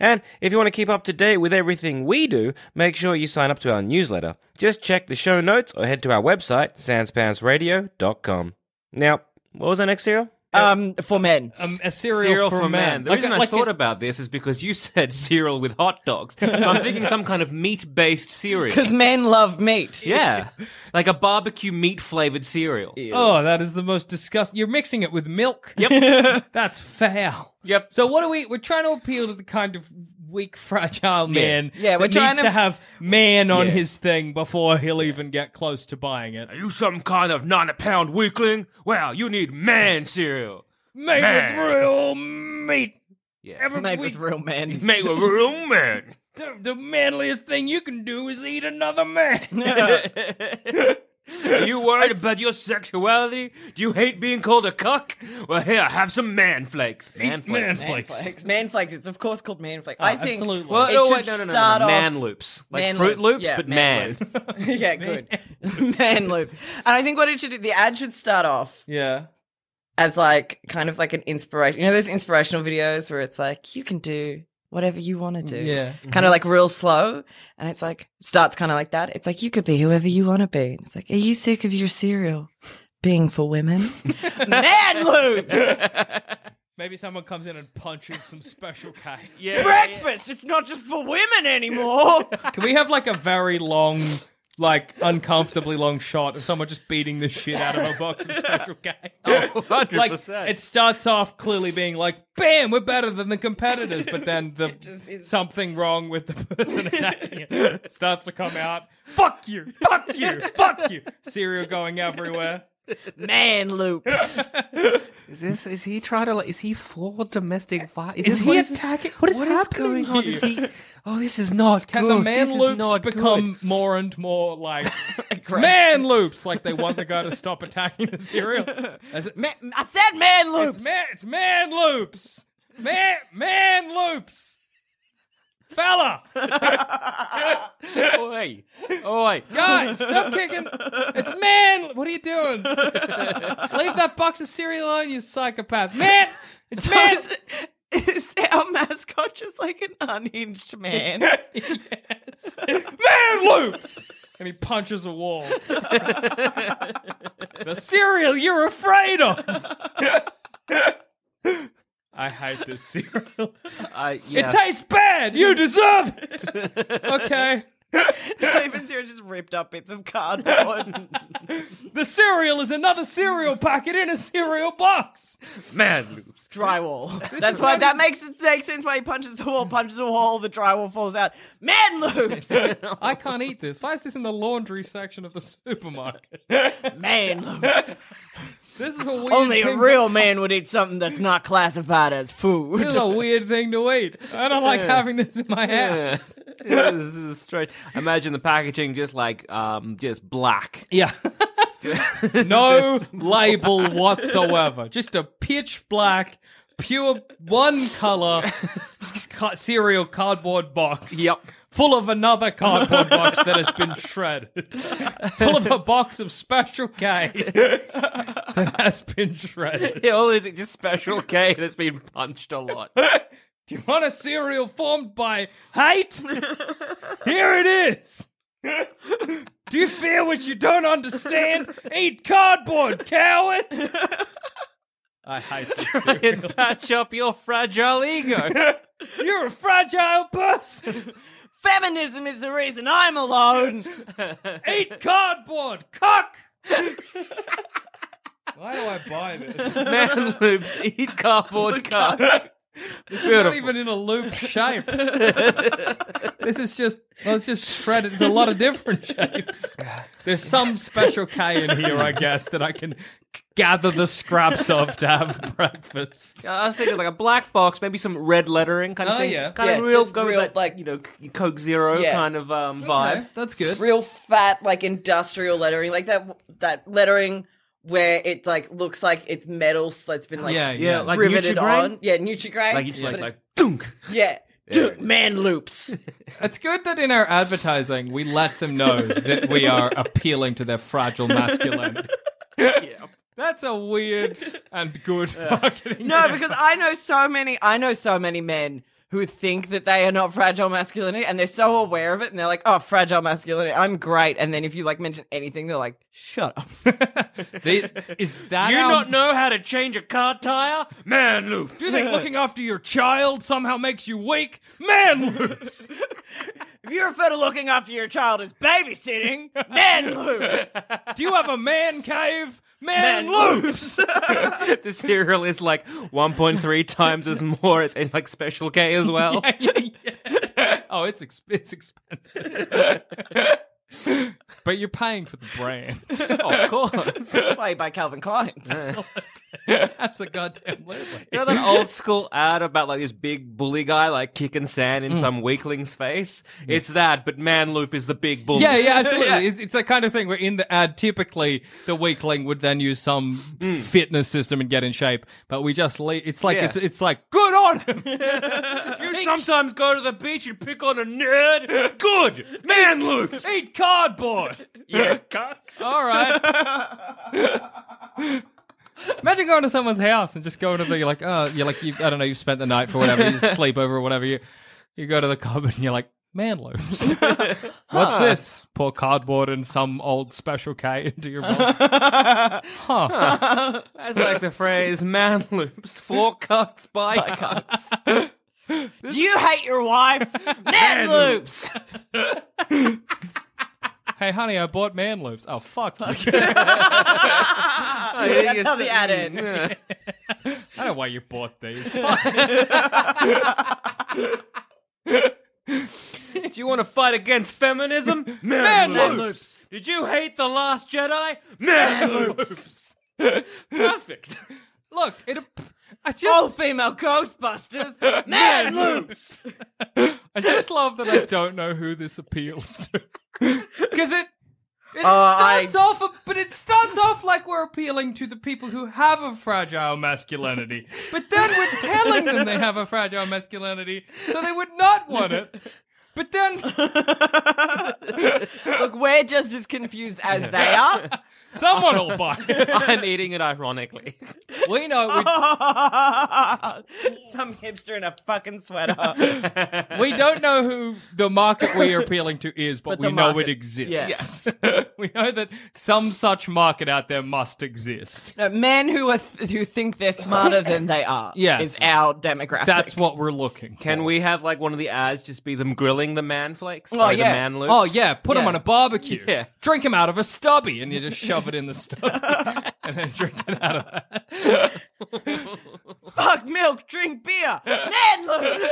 And if you want to keep up to date with everything we do, make sure you sign up to our newsletter. Just check the show notes or head to our website, sanspantsradio.com. Now, what was our next serial?
Um, for men.
Um, a cereal,
Cereal
for,
for man.
men.
The
Like-
reason I
like
thought
it-
about this is because you [laughs] said cereal with hot dogs. So
[laughs]
I'm thinking some kind of meat based cereal.
Because men love meat.
[laughs] Yeah. Like a barbecue meat flavored cereal.
Oh, that is the most disgusting. You're mixing it with milk.
Yep.
[laughs] That's foul.
Yep.
So what are we? We're trying to appeal to the kind of weak, fragile man.
Yeah, we're
that
trying
needs
to-
to have man on
Yeah.
his thing before he'll even get close to buying it.
Are you some kind of nine pound weakling? Wow, you need man cereal.
Made
Man.
with real meat.
Yeah.
Every
Made with
week.
real
[laughs]
men.
Make a real man.
The, the manliest thing you can do is eat another man.
Are you worried about your sexuality? Do you hate being called a cuck? Well, here, have some man flakes. Man flakes.
man flakes.
Flakes. Man flakes. It's of course called man flakes. I think
absolutely.
Well,
it
no,
should
wait, no, no, no, no,
start
no.
off
Man loops. Oh, Like
Man
Fruit Loops,
Yeah,
but man.
loops. [laughs] yeah,
[laughs]
good. [laughs] man loops. And I think what it should do, the ad should start off
yeah.
as like kind of like an inspiration. You know those inspirational videos where it's like you can do whatever you want to do.
Yeah.
Kind of like real slow, and it's like starts kind of like that. It's like you could be whoever you want to be. And It's like, are you sick of your cereal being for women? man loops.
Maybe someone comes in and punches some special [laughs] cake.
Yeah.
Breakfast. It's not just for women anymore.
Can we have like a very long, like uncomfortably long shot of someone just beating the shit out of a box of special cake?
Oh, [laughs] 100%.
Like it starts off clearly being like, "Bam, we're better than the competitors," but then
[laughs]
the
just is-
something wrong with the person attacking it starts to come out. Fuck you! Fuck you! Fuck you! Cereal going everywhere.
man loops.
Is this? Is he trying to? Like, is he for domestic violence? Is,
Is
this
he
what is-
attacking-
What is
what is
happening
happening
on? Is he? Oh, this is not
Can
good.
the man
this is
loops
not
become
[laughs] good.
more and more
[laughs]
like man loops? Like they want the guy to stop attacking the
[laughs]
cereal. As it-
I said man loops.
It's man, it's man loops. Man, man loops. Fella,
Oi, oi,
guys, stop kicking. It's man. What are you doing? Leave that box of cereal alone, you psychopath. Man,
[laughs]
it's
So
man.
is, is our mascot just like an unhinged man?
Yes. [laughs] Man loops. And he punches a wall. the cereal you're afraid of. I hate this cereal.
I, yeah.
It tastes bad. You deserve it. okay.
[laughs] Not even zero, just ripped up bits of cardboard.
The cereal is another cereal packet in a cereal box. Mad loops.
[laughs] drywall. That's why that makes it make sense why he punches the wall, punches the wall, the drywall falls out. Man [laughs] loops!
I can't eat this. Why is this in the laundry section of the [laughs] supermarket?
Man loops.
This is a weird
[laughs] Only a
thing
real man would eat something that's not classified as
To,
food. [laughs]
this is a weird thing to eat. I don't like having this in my
[laughs] Yeah.
house.
Yeah, this is strange. Imagine the packaging just like um just black.
Yeah. [laughs] no label whatsoever. Just a pitch black, pure one color cereal cardboard box.
Yep.
Full of another cardboard box that has been
[laughs]
shredded. Full of a box of Special K [laughs] that has been shredded.
Yeah, [laughs] all this just special K that's been punched
[laughs]
a lot.
Do you want a cereal formed by hate? Here it is. Do you fear what you don't understand? Eat cardboard, coward! I hate [laughs] this cereal.
And patch up your fragile ego.
You're a fragile person.
Feminism is the reason I'm alone.
Eat cardboard, [laughs] cock. Why do I buy this? It's
Man loops
[laughs]
eat cardboard cup.
not
Beautiful.
even in a loop shape. this is just well, it's just shredded. It's a lot of different shapes. There's some special K in here, I guess, that I can gather the scraps of to have breakfast.
I was thinking like a black box, maybe some red lettering kind of
Oh,
thing.
yeah.
Kind
Yeah,
of real,
just
go
real,
that,
like-
like you know C- Coke Zero
Yeah.
kind of um vibe.
Okay, that's good.
Real fat, like industrial lettering, like that that lettering where it like looks like it's metal that's been like
yeah, yeah.
Yeah, like
riveted
Nutri-Grain?
on. Yeah, Nutri-Grain.
Like you just
but
like
it-
like dunk.
Yeah. Dude, man loops.
It's good that in our advertising we let them know that we are appealing to their fragile masculinity. That's a weird and good marketing.
No, because I know so many. I know so many men who think that they are not fragile masculinity, and they're so aware of it, and they're like, "Oh, fragile masculinity, I'm great." And then if you like mention anything, they're like, "Shut up."
They- is that
You
how-
not know how to change a car tire? Man loops.
Do you
[laughs]
think looking after your child somehow makes you weak? Man loops.
[laughs] if you refer to looking after your child as babysitting, man loops.
Do you have a man cave? Man,
Man
loops.
[laughs] the cereal is like 1.3 times as more. It's in like special K
[laughs]
as well.
Oh, it's ex- it's expensive. [laughs] but you're paying for the brand.
Of course. You
[laughs] Played by Calvin [laughs] Klein's.
That's a goddamn label.
know that old school ad about like this big bully guy like kicking sand in some weakling's face? It's that, but Man Loop is the big bully.
Yeah, yeah, absolutely. It's, it's that kind of thing where in the ad, typically the weakling would then use some fitness system and get in shape, but we just leave. It's like
Yeah.
it's it's like good on him.
[laughs]
You sometimes go to the beach and pick on a nerd. Good. Man Loops.
Eat [laughs] cardboard.
Yeah, cuck.
All [laughs] right. Imagine going to someone's house and just going to the you're like, oh, you're like, you, I don't know, you've spent the night for whatever, [laughs] you sleep over or whatever. You you go to the cupboard and you're like, man [laughs] loops. What's this? Pour cardboard and some old special K into your bowl. [laughs]
That's like the phrase Man Loops. Four cucks by
[laughs]
cucks.
Do you hate your wife? Man loops.
hey, honey, I bought man loops. Oh, fuck you.
That's how the ad ends.
I don't know why you bought these. Fuck.
Do you want to fight against feminism? Man, loops. Did you hate The Last Jedi? Man, loops. [laughs] Perfect.
Look, it. I just,
All female
[laughs]
Ghostbusters. Man loops.
I just love that I don't know who this appeals [laughs] to, because it. It
Uh,
starts
I-
off, but it starts off like we're appealing to the people who have a fragile masculinity. But then we're telling them they have a fragile masculinity, so they would not want it. But then,
[laughs] Look, we're just as confused as they are.
[laughs] someone will buy it.
I'm eating it ironically.
We know we
[laughs] Some hipster in a fucking sweater.
We don't know who the market we are appealing to is, but,
But the
we know
market-
it exists. [laughs] we know that some such market out there must
[laughs]
exist.
No, men who are th- who think they're smarter than they are [laughs]
Yes.
is our demographic.
That's what we're looking.
Can
for.
we have like one of the ads just be them grilling the man flakes?
Oh,
Or the
yeah.
man loops?
Oh yeah, put them
Yeah.
on a barbecue.
Yeah.
Drink them out of a stubby, and you just shove it in the stubby, [laughs] and then drink it out of that.
[laughs] fuck milk, drink beer, man [laughs] lose.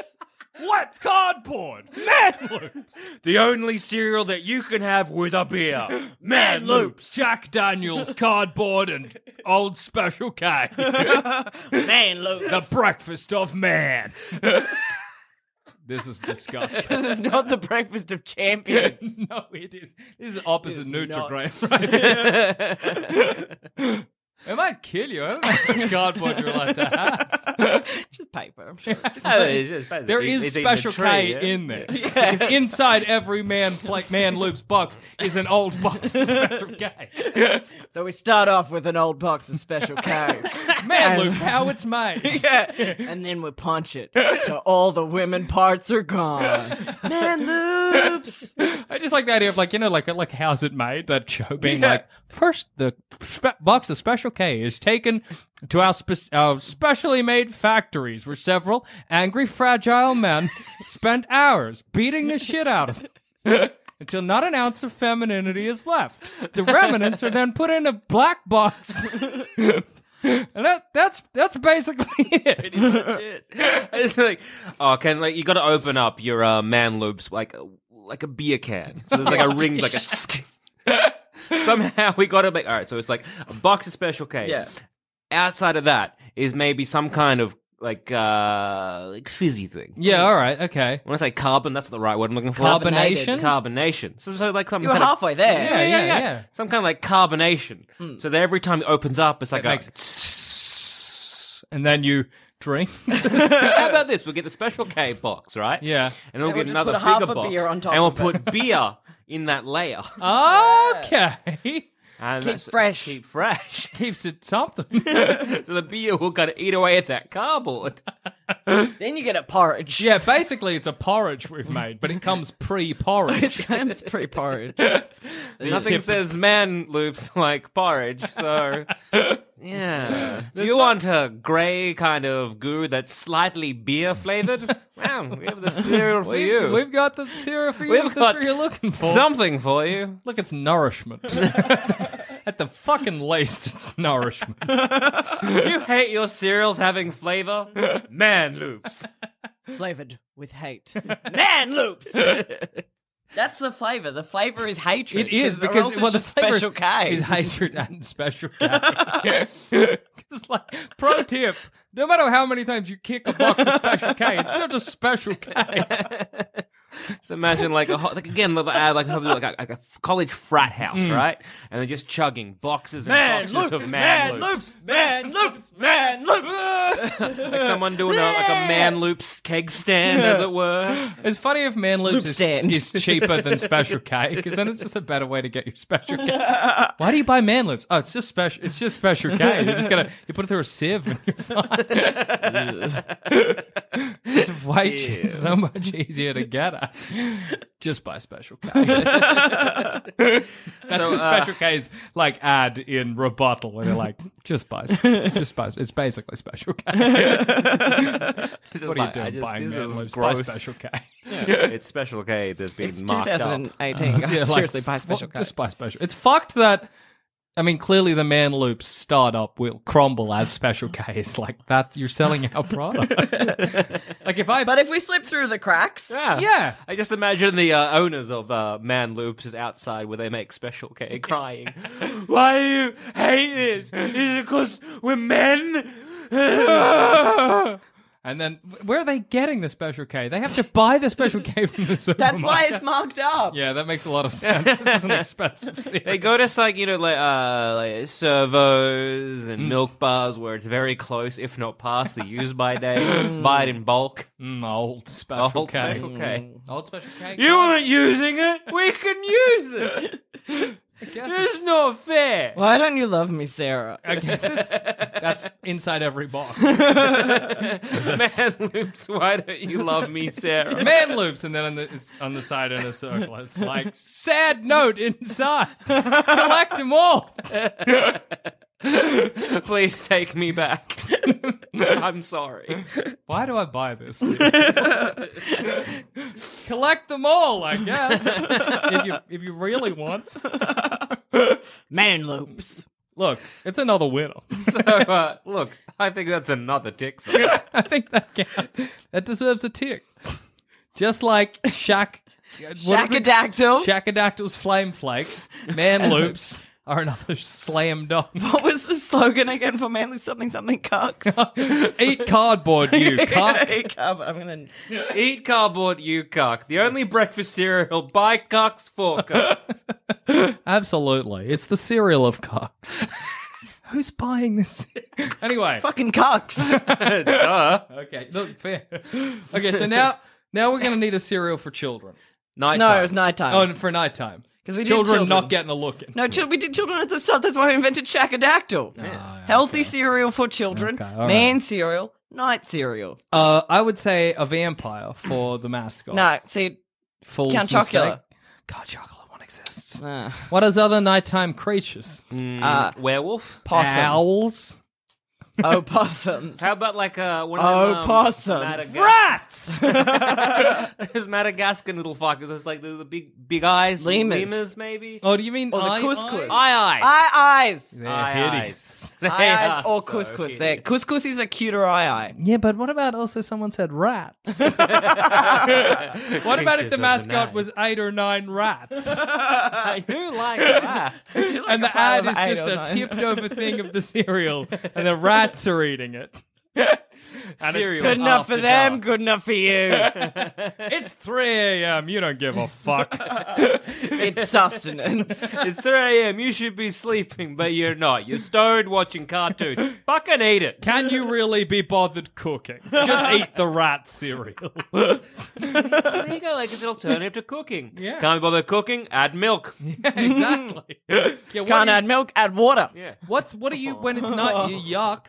What cardboard? Man loops.
The only cereal that you can have with a [laughs] beer.
Man loops. Jack
[laughs]
Daniels cardboard and old special K.
Man lose.
the breakfast of
[laughs]
man. this is disgusting. [laughs]
this is not the breakfast of champions.
no, it is. This is opposite
It is not.
Nutri-Grain, right?
[laughs]
it might kill you. I don't know how much cardboard you're allowed to
[laughs]
have.
[laughs] Just paper, I'm sure.
[laughs]
It's [laughs]
Oh, it's just basically-
There is
it's eating a
special
tree,
K
yeah?
in
[laughs]
there.
Yeah.
Because inside every man like man loops box is an old box of special K.
[laughs]
So we start off with an old box of Special K.
Man loops, how it's
[laughs]
made.
yeah. [laughs] And then we punch it till all the women parts are [laughs] gone. Man loops.
[laughs] I just like the idea of like you know like like how's it made that show being like first the spe- box of special K is taken to our, spe- our specially made factories where several angry fragile [laughs] men spend hours beating the shit out of them [laughs] until not an ounce of femininity is left. The remnants are then put in a black box. [laughs] And that, that's that's basically it. [laughs]
it's like, oh, can like you got to open up your uh, man loops like a, like a beer can. So there's
[laughs]
like a ring, like a. [laughs] Somehow we got to make all right. So it's like a box of special K.
Yeah.
Outside of that is maybe some kind of like uh like fizzy thing.
Yeah, all right, okay.
When I say carbon, that's not the right word I'm looking for.
Carbonation?
Carbonation. So, so like some
You were
kind of-
halfway there.
Yeah, yeah, yeah.
Some kind of like carbonation. So that every time it opens up, it's like a.
Hmm. makes And then you
[laughs]
drink.
How about this? We'll get the special K box, right?
Yeah.
And we'll
And we'll
get
just
another
put half
bigger
a
box,
beer on top
and we'll
of it.
put beer in
[laughs]
that layer.
Okay.
And
Keep
that's-
fresh.
Keep fresh. [laughs]
Keeps it something.
[laughs]
so the beer will kind of eat away at
[laughs]
that cardboard.
Then you get a porridge.
yeah, basically it's a porridge we've made, but it comes pre-porridge.
[laughs] [laughs] It's pretty [laughs] porridge.
Nothing says man loops like porridge.
[laughs]
So yeah. Do you want a grey kind of goo that's slightly beer
[laughs]
flavored? well, we have the cereal for you.
We've got the syrup for you.
We've
That's
got
what you're looking for.
something for you.
[laughs] Look, it's
[laughs]
nourishment. At the fucking least, it's nourishment.
[laughs]
You hate your cereals having flavor? Man loops.
flavored
[laughs]
with hate. Man loops. That's the flavor. The flavor is hatred.
It is
or else
because
it's
well, the
just
flavor
special K.
is hatred and
[laughs]
special K. It's like pro tip: no matter how many times you kick a box of special K, it's still just special K.
So imagine like a ho- like again like, uh, like, probably like a, like a f- college frat house,
Mm.
right? And they're just chugging boxes and boxes of man, loops.
man loops, man loops.
Like someone doing a, like a man loops keg stand, as it were.
[laughs] It's funny if man loops is,
stand.
is cheaper than special K because then it's just a better way to get your special K. Why do you buy man loops? Oh, it's just special. It's just special K. You just gotta you put it through a sieve. And you're fine. [laughs] it's way che- so much easier to get at. Just buy special K. That's the special K's like ad in rebuttal where they're like, just buy, just buy. It's basically special K.
This is
what are you
like- I
doing
just-
buying
this
man
is
loops? Buy
gross. [laughs]
special K. [laughs]
It's special K that's been
It's
marked up.
2018. Guys,
like,
seriously, buy
well,
special K.
Just buy special. It's fucked that. I mean, clearly the Man Loops startup will crumble as special K is [laughs] like that. You're selling our product. [laughs] like if I,
But if we slip through the cracks,
Yeah.
Yeah.
I just imagine the uh, owners of uh, Man Loops is outside where they make special K crying. Why do you hate this? Is it because
[laughs]
we're men?
and then where are they getting the special K? They
[laughs]
have to buy the special K from the supermarket.
that's why it's marked
[laughs]
up.
Yeah, that makes a
[laughs]
lot of sense. this is an expensive.
They
Series.
go to like you know like uh like servos and milk bars where it's very close, if not past the use by day. Buy it in bulk.
[laughs] Mm, old special
Old
K.
special K.
Old special K.
You aren't using it. We can use it. This is not fair.
Why don't you love
[laughs]
me, Sarah?
I guess it's that's inside every box.
Man loops, why don't you love me, Sarah?
Man loops, and then on the, it's on the side in a circle. It's like sad note inside. Collect them all.
Please take me back. I'm sorry.
Why do I buy this? Collect them all, I guess. if you if you really want.
Man loops.
Look, it's another winner. [laughs]
So, uh, look, I think that's another tick. Sarah.
I think that count, that deserves a tick. Just like Shaq what did we-
Shackadactyl.
Shackadactyl's flame flakes, man loops are another slam dunk.
what was the slogan again for Manly something
[laughs]
something cucks? [laughs]
Eat cardboard, you cuck.
Hey, Carver, I'm gonna.
Eat cardboard, you cuck. The only breakfast cereal by cucks for cucks.
Absolutely, it's the cereal of
[laughs]
cucks. Who's buying this? [laughs] Anyway, [laughs]
Fucking cucks.
[laughs] Duh.
okay, look, fair. Okay, so now now we're gonna need a cereal for children.
Nighttime.
no, it was nighttime.
Oh, and for nighttime,
'Cause we did
children,
children.
not getting a look in.
No, chil- we did children at the start. That's why we invented Shackadactyl. Healthy cereal for children,
Ah, Okay, all
man cereal, night cereal.
Uh, I would say a vampire for the
Oh.
mascot.
No, see,
Fool's
Count
mistake.
Chocula.
God, Chocula one exists.
uh,
What is other nighttime creatures?
uh,
Mm. Werewolf?
possum.
Owls.
Opossums.
How about like uh, one of
Oh,
them, um,
Opossums.
Madagascar-
Rats!
[laughs] Those Madagascar little fuckers. It's like the, the big, big eyes.
Lemurs.
Lemurs, maybe.
Oh, do you mean
Or the
eye-
couscous.
eye-
Aye, aye.
Eye eyes.
They're
Aye, aye.
hideous.
[laughs]
They
Eye eyes
are
or
[laughs] so
couscous.
hideous.
there, couscous is a cuter eye eye.
Yeah, but what about also someone said rats?
[laughs]
what about if
Creatures
the
of the
mascot
night.
was eight or nine
[laughs]
rats?
[laughs] I do like rats.
and the ad
pile of
is
eight
just
or
a
nine.
tipped over thing
[laughs]
of the cereal, and the rats are eating it. And
Cereal.
It's,
Good enough for
After
them,
dark.
good enough for you. [laughs]
it's 3 a.m. You don't give a fuck.
it's
[laughs]
sustenance.
[laughs] It's 3 a.m. You should be sleeping, but you're not. You're stoned
[laughs]
watching cartoons. Fucking eat it.
Can you really be bothered cooking?
[laughs]
Just eat the rat cereal. [laughs]
There you go. Like it's an alternative to cooking.
Yeah.
Can't be bothered cooking.
[laughs]
Add milk.
Yeah, exactly. Yeah, what
Can't add
is-
milk, add water.
Yeah.
What's what are you when it's
[laughs]
not you yuck?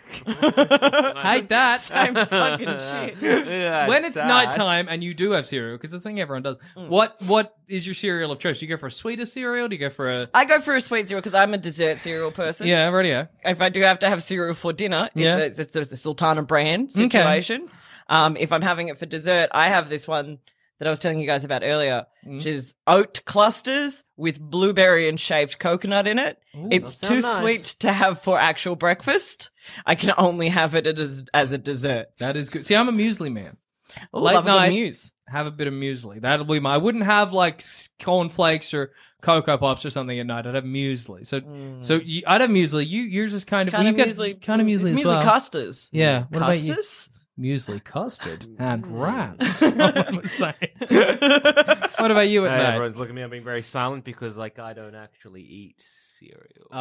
Hate that. [laughs]
Same fucking shit.
Yeah,
when it's
sad.
nighttime and you do have cereal, because the thing everyone does,
Mm.
what what is your cereal of choice? Do you go for a sweeter cereal? Do you go for a
I go for a sweet cereal because I'm a dessert cereal person.
yeah, radio?
If I do have to have cereal for dinner, it's,
Yeah.
a, it's, it's a Sultana brand situation. Um, if I'm having it for dessert, I have this one that I was telling you guys about earlier,
Mm.
which is oat clusters with blueberry and shaved coconut in it. it's
that sound
too
nice.
sweet to have for actual breakfast. I can only have it as, as a dessert.
That is good. See, I'm a muesli man.
Ooh,
Late
love a good
night.
muse.
Have a bit of muesli. That'll be my. I wouldn't have like s- cornflakes or cocoa pops or something at night. I'd have muesli. So so you, I'd have muesli. You yours is kind of
Kind
well,
of
you've
Mm. muesli. mm,
Got, kind of
It's
muesli as
muesli
well.
custards.
yeah. What about you?
custards?
Muesli
[laughs]
custard
Mm.
and rats. someone was saying.
[laughs]
what about you
Hey,
at night?
everyone's looking at me. I'm being very silent because, like, I don't actually eat
[laughs]
cereal. [laughs]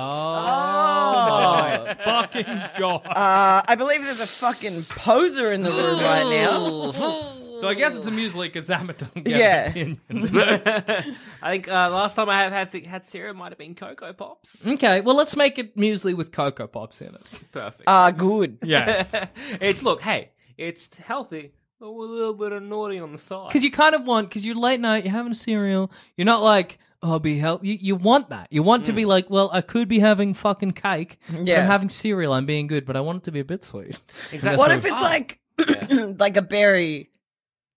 Oh, my fucking god!
Uh, I believe there's a fucking poser in the room right now.
so I guess it's a muesli because Zamet doesn't get
Yeah.
an opinion. [laughs]
I think uh, last time I have had had cereal might have been Cocoa Pops.
Okay, well let's make it muesli with cocoa pops in it.
Perfect.
Ah, good.
[laughs] Yeah,
[laughs] it's look, hey, it's healthy, but with a little bit of naughty on the side.
because you kind of want because you're late night, you're having a cereal, you're not like oh be healthy. You, you want that. You want to be like, well, I could be having fucking cake. but
Mm. Yeah.
I'm having cereal. I'm being good, but I want it to be a bit sweet.
Exactly. Oh,
What
what
if it's like [clears throat] like a berry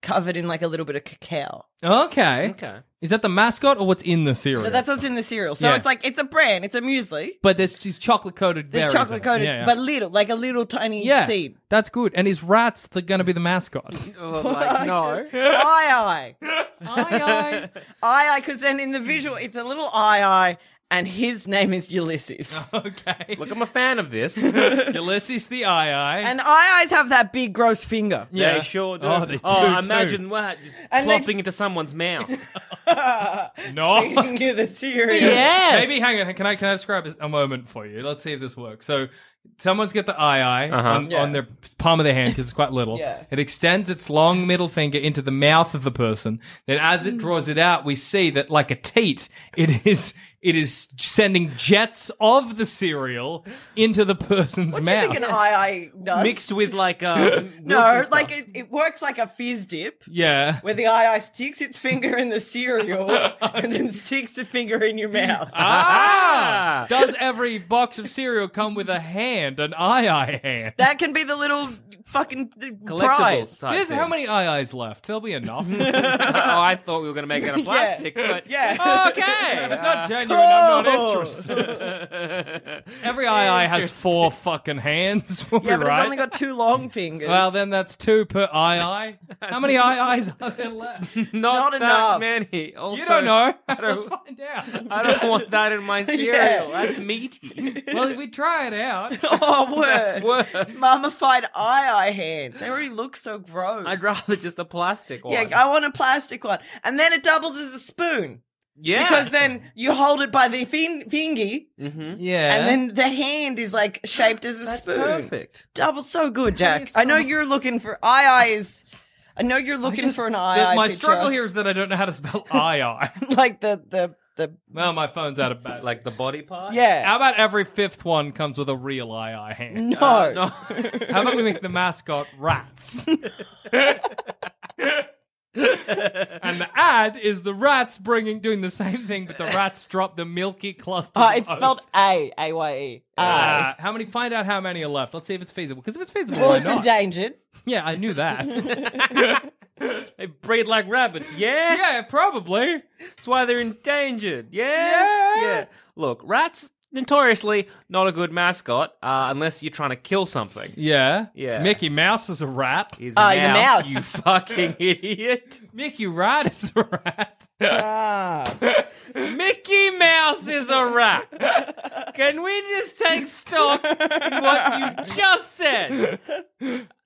covered in like a little bit of cacao?
Okay,
okay?
is that the mascot or what's in the cereal?
But that's what's in the cereal. So
Yeah.
it's like it's a brand, it's a muesli.
But there's just chocolate coated.
There's chocolate coated, but little, like a little tiny
yeah, [laughs]
seed.
that's good. And is rats the, gonna be the mascot?
Or like no.
Aye aye.
aye, aye.
[laughs] Aye aye, because then in the visual it's a little aye aye, and his name is
[laughs]
Ulysses. [laughs]
Okay.
[laughs] Look, I'm a fan of this.
Ulysses the Aye Aye.
And aye eyes have that big gross finger. [laughs]
Yeah.
They sure do.
Oh, they do, too.
imagine that just
And they-
plopping into someone's mouth.
[laughs]
no.
Finger the cereal.
yes.
Maybe hang on. Can I can I describe a moment for you? Let's see if this works. So Someone's got the eye eye
Uh-huh.
on,
Yeah.
on their palm of their hand because it's quite little.
[laughs] Yeah.
It extends its long middle finger into the mouth of the person. Then, as
Mm.
it draws it out, we see that, like a teat, it is it is sending jets of the cereal into the person's
What do you
mouth.
think an eye eye does?
Mixed with like um,
no, like it, it works like a fizz dip.
[laughs]
[laughs]
yeah.
Where the eye eye sticks its finger in the
[laughs]
cereal and then sticks the finger in your mouth.
Ah! Does every box of cereal come with a hand, an eye eye
[laughs]
hand?
That can be the little fucking prize.
collectibles. Type
There's
[laughs]
thing.
how many eye eyes left? There'll be enough.
oh, I thought we were going to
[laughs]
make it out of plastic, but
Yeah.
okay.
It's not genuine. I'm
Cool.
not interested. Every eye eye has four fucking hands. We'll be
Yeah, but
right.
it's only got two long fingers.
well, then that's two per eye eye. How many eye eyes are there [laughs] left? You
Not
not, that
enough.
many. Also,
don't know. [laughs]
I don't-
we'll find out.
I don't want that
[laughs]
in my cereal. That's meaty.
Well, we try it out.
[laughs]
[laughs]
oh, worse.
worse.
Mummified eye eye hands. They already look so gross.
I'd rather just a plastic one.
Yeah, I want a plastic one. And then it doubles as a spoon.
Yes.
Because then you hold it by the fin- fingy,
Yeah.
and then the hand is like shaped as a
That's
spoon.
perfect.
Double so good, Jack.
it's
I know
not-
you're looking for eye eye is. I know you're
I
looking
just-
for an eye.
the-
eye
My
picture.
struggle here is that I don't know how to spell eye [laughs] eye.
[laughs] like the the the
Well, my phone's out of battery.
Like the body part.
How
[laughs]
yeah.
about every fifth one comes with a real eye eye hand?
No.
No.
How about we make the mascot rats? and the ad is the rats bringing doing the same thing, but the rats drop the milky cluster.
Uh, it's spelled A A Y E.
Uh, how many? Find out how many are left. Let's see if it's feasible. Because if it's feasible,
Well,
why
it's
not?
endangered.
yeah, I knew that.
[laughs]
they breed like rabbits. Yeah.
yeah, probably.
That's why they're endangered. Yeah.
Yeah.
Look, rats notoriously not a good mascot uh, unless you're trying to kill something.
Yeah,
Yeah.
Mickey Mouse is a rat.
He's
Ah, he's a mouse.
You fucking [laughs] idiot.
Mickey Rat is a rat.
Ah,
Mickey Mouse is a rat. Can we just take stock in what you just said?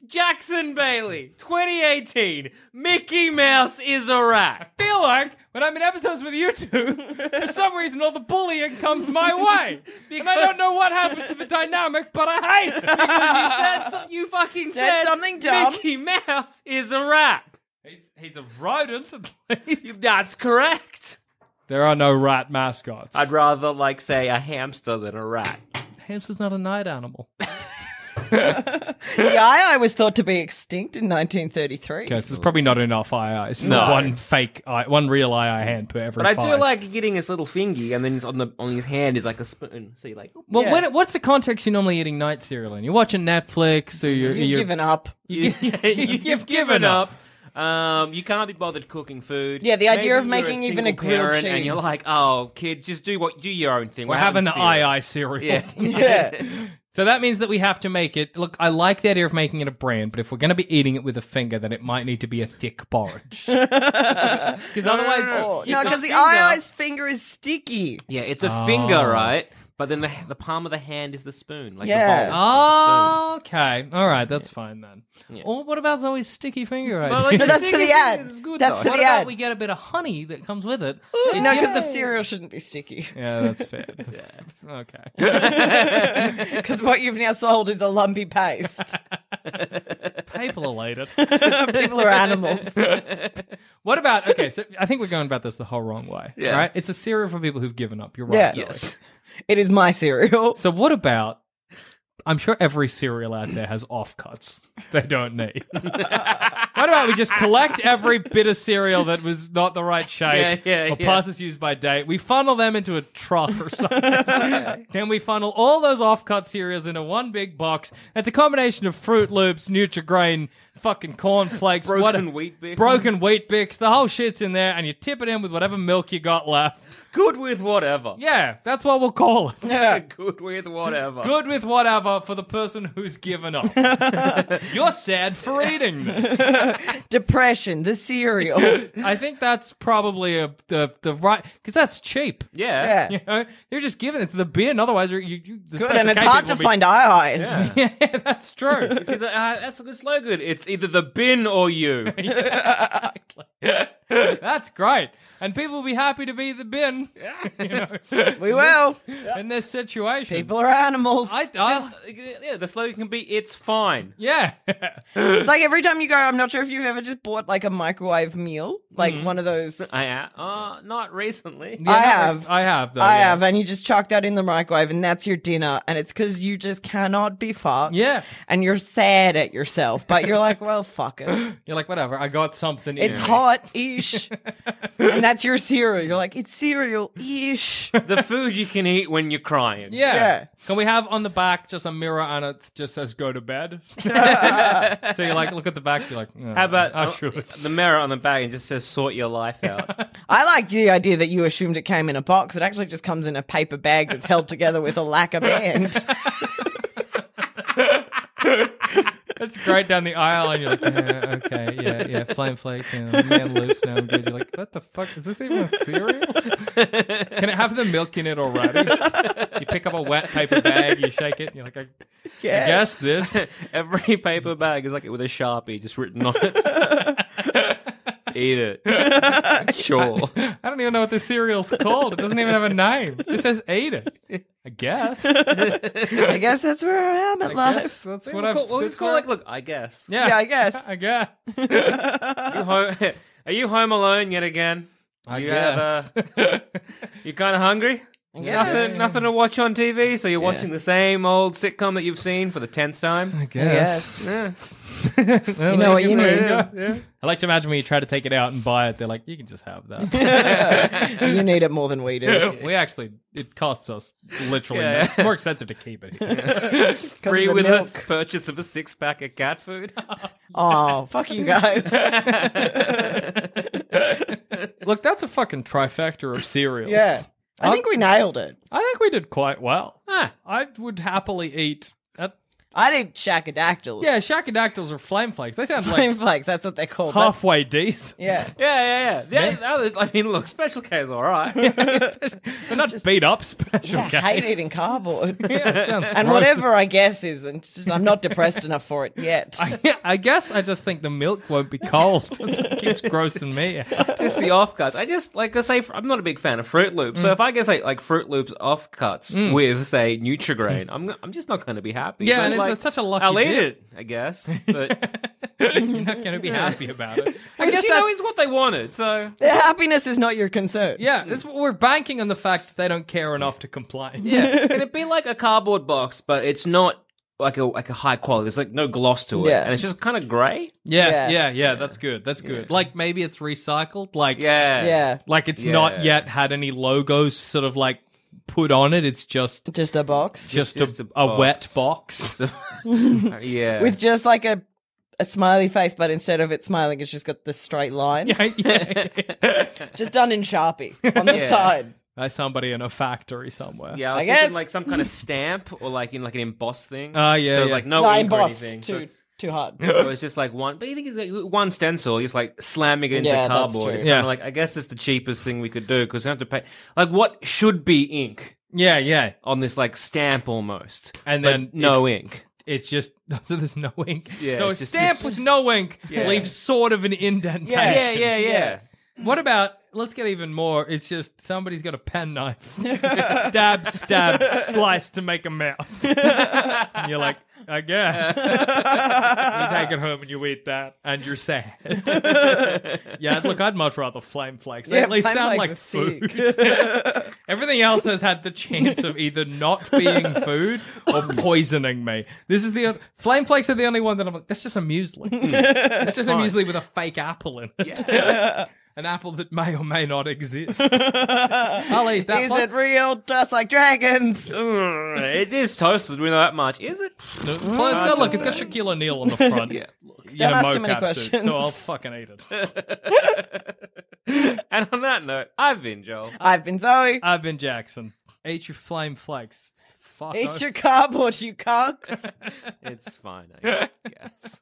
Jackson Bailey, 2018. Mickey Mouse is a rat.
feel like when I'm in episodes with you
[laughs]
two, for some reason all the bullying comes my way. And I don't know what happens to the dynamic, but I hate it.
[laughs] You said so- you fucking
Said
said
something dumb.
Mickey Mouse is a rat.
He's, he's a rodent, at
You-
least.
That's correct.
There are no rat mascots.
I'd rather like say a hamster than a rat.
Hamster's not a night animal.
the eye eye was thought to be extinct in 1933.
[laughs] Okay, so there's probably not enough eye eyes for
No.
one fake eye, one real eye eye hand per every
But I do
five.
like getting his little fingy, and then it's on the on his hand is like a spoon. So you like,
Well,
Yeah.
when, what's the context you're normally eating night cereal in? You're watching Netflix, or you're,
You've
you're
given up.
[laughs]
[laughs]
You,
[laughs] you've given, up. Um, you can't be bothered cooking food.
Yeah, the idea of
you're
making even
single
a grilled
parent And
cheese.
you're like, oh, kid, just do what do your own thing.
We're having the eye
cereal."
eye cereal.
Yeah.
[laughs]
[laughs]
[laughs]
Yeah.
So that means that we have to make it. Look, I like the idea of making it a brand, but if we're going to be eating it with a finger, then it might need to be a thick [laughs] porridge. Because otherwise,
Oh,
you
no,
can't-
because the eye eye's finger is sticky.
yeah, it's a finger, right? But then the the palm of the hand is the spoon. Like
Yeah.
The bowl of
Oh, okay. All right, that's fine then. Or what about Zoe's sticky finger? idea? [laughs]
No,
the spoon.
that's for the ad. That's for
what
the
about
ad.
we get a bit of honey that comes with it? It
No, because
gives
the cereal shouldn't be sticky.
Yeah, that's [laughs] fair. Okay. [laughs]
Because what you've now sold is a
[laughs]
lumpy paste.
People are later.
People are animals.
What about okay? So I think we're going about this the whole wrong way,
Yeah.
right? It's a cereal for people who've given up. You're right.
Yeah.
Zoe.
Yes.
[laughs] It is my cereal.
[laughs] So what about? I'm sure every cereal out there has offcuts they don't
[laughs]
need. what about we just collect every bit of cereal that was not the right shape
Yeah, yeah,
or
yeah.
past its use by date? We funnel them into a trough or
[laughs]
something. then we funnel all those offcut cereals into one big box. That's a combination of Fruit Loops, Nutri-Grain, fucking cornflakes,
Broken
what-
wheat bix.
broken wheat bix. The whole shit's in there, and you tip it in with whatever milk you got left.
Good with whatever.
Yeah, that's what we'll call it.
[laughs] Good with whatever.
Good with whatever for the person who's given
[laughs]
up. You're sad for eating this.
Depression,
[laughs]
the cereal.
I think that's probably a, the the right because that's cheap.
Yeah.
Yeah.
You know, they're just giving it to the bin. Otherwise, you're- you, you the
Good,
special
and it's
K
hard
people
to
will be- [laughs]
find eye eyes.
Yeah, that's true.
[laughs] It's either- uh, that's a good slogan. It's either the bin or you.
exactly. That's great. And people will be happy to be the
[laughs]
bin. You know,
[laughs] We will.
in this situation.
People are animals.
I, I,
uh, yeah, the slogan can be "It's fine." [laughs]
[laughs]
yeah.
It's like every time you go, I'm not sure if you've ever just bought like a microwave meal, like
Mm-hmm.
one of those.
I am. Uh, not recently.
I have.
I have, though.
I
yeah.
have, and you just chuck that in the microwave, and that's your dinner. And it's because you just cannot be fucked.
Yeah.
And you're sad at yourself, but you're like, well, fuck
[laughs]
it.
You're like, whatever, I got something in
It's
me.
hot
[laughs]
ish. and that's your cereal. You're like, it's cereal ish.
the food you can eat when you're crying.
Yeah.
Yeah.
Can we have on the back just a mirror and it just says go to
[laughs]
bed? so you like look at the back, you're like,
How about
I
uh, [laughs]
should.
the mirror on the bag and just says "Sort
[laughs]
your life out." [laughs]
I like the idea that you assumed it came in a box. It actually just comes in a paper bag that's held together with a lacquer band.
It's great down the aisle and you're like, yeah, okay, yeah, yeah, flame flakes, you know, man loops now I'm good. You're like, what the fuck? Is this even a
[laughs]
cereal? Can it have the milk in it already? you pick up a wet paper bag, you shake it, and you're like, I, I guess this.
Every paper bag is like with a sharpie just written on it.
[laughs]
eat it. Sure.
I don't even know what this cereal's called. It doesn't even have a name. It just says eat it. I guess.
I guess that's where I am at
I
life.
guess that's
What
what
we'll
I've
call, we'll
that's
just call
where-
like, look, I guess.
yeah,
Yeah, I
[laughs]
guess.
I guess.
[laughs]
You home, [laughs] are you home alone yet again?
I
you
guess.
have uh, you kind of hungry? Nothing, nothing to watch on TV, so you're watching the same old sitcom that you've seen for the tenth time.
I guess.
You know what you need.
I like to imagine when you try to take it out and buy it, they're like, you can just have
[laughs]
that.
You need it more than we do.
we actually, it costs us literally.
Yeah.
It's more expensive to keep it. here.
[laughs]
Free
the
with
milk.
us purchase of a six pack of cat food.
[laughs]
Oh, fuck you
[laughs]
guys.
Look, that's a fucking trifecta of cereals.
Yeah. I think we nailed it.
I think we did quite well.
Ah.
I would happily eat. That.
I did shackadactyls.
Yeah, shackadactyls or flame flakes. They sound
[laughs] Flame
like
flakes, that's what they're called.
halfway decent.
That-
[laughs]
yeah.
yeah, yeah, yeah. yeah that was- I mean, look, special K is all right.
[laughs]
[laughs]
They're not beat up special.
I hate eating
[laughs]
cardboard.
and
[laughs] And whatever I guess is, and it's just, I'm not depressed enough for it
[laughs]
yet.
I, [laughs] I guess I just think the milk won't be cold. [laughs] That's what keeps grossing me [laughs] out.
just the offcuts. I just like I say, I'm not a big fan of Fruit Loops. So if I get say like Fruit Loops offcuts with say Nutrigrain, I'm I'm just not going to be happy.
Yeah,
But,
and it's
like,
a- such a lucky
I'll eat
dip.
it, I guess. But
You're not going to be happy about it. I
I
guess
guess you
that's
know is what they wanted. So
Their happiness is not your concern.
yeah. That's what we're banking on the fact that they don't care enough to complain.
yeah, can it be like a cardboard box, but it's not like a like a high quality. There's like no gloss to it,
Yeah.
and it's just kind of grey.
[laughs] yeah,
Yeah.
yeah, yeah. That's good. That's good. Like maybe it's recycled. Like
Yeah,
Yeah.
like it's
Yeah.
not yet had any logos sort of like put on it. It's just
Just a box.
just,
just
a,
a
a,
box.
wet box. [laughs]
Uh, yeah.
With just like a, a smiley face, but instead of it smiling, it's just got the straight line.
Yeah, yeah.
Just done in
[laughs]
Sharpie on the side.
By somebody in a factory somewhere.
yeah, I was
I
thinking
guess-
like some kind of stamp or like in like an embossed thing.
Ah, yeah,
So it's
yeah.
like no,
No,
ink or
embossed.
anything. so
Too,
it's-
too
[laughs]
hard.
it was just like one, but you think it's like one stencil, just like slamming it into
Yeah, that's true.
cardboard. It's
Yeah.
kind of like I guess it's the cheapest thing we could do because we have to pay. Like what should be ink
Yeah, yeah.
on this like stamp almost,
And
but
then
no ink.
It's just [laughs] so there's no ink.
Yeah,
so a
it's just-
stamp
just-
with no
[laughs]
ink leaves sort of an indentation.
Yeah, yeah, yeah.
What about let's get even more? It's just somebody's got a pen
[laughs]
knife, stab, stab, slice to make a mouth. [laughs] and you're like, I
[laughs]
guess. you take it home and you eat that, and you're sad.
[laughs]
yeah, look, I'd much rather flame flakes. They
Yeah,
at least
flame
sound like
flakes are
food. [laughs] Everything else has had the chance of either not being food
[laughs]
or poisoning me. This is the on- flame flakes are the only one that I'm like. That's just a
[laughs]
muesli. that's just a muesli with a fake apple in it an apple that may or may not
[laughs]
exist. I'll eat that.
Is
plus-
it real? Just like
[laughs]
dragons.
it is toasted. We know that much. Is it?
No, well, it's got look, it's got Shaquille O'Neal on the front. [laughs] yeah,
Don't ask too many questions.
so I'll fucking eat it.
[laughs] And on that note, I've been Joel.
I've been
Ah,
Zoe.
[laughs] I've been Jackson. Eat your flame flakes. Fuck.
Eat your cardboard, you cocks.
It's fine, I
[laughs]
guess.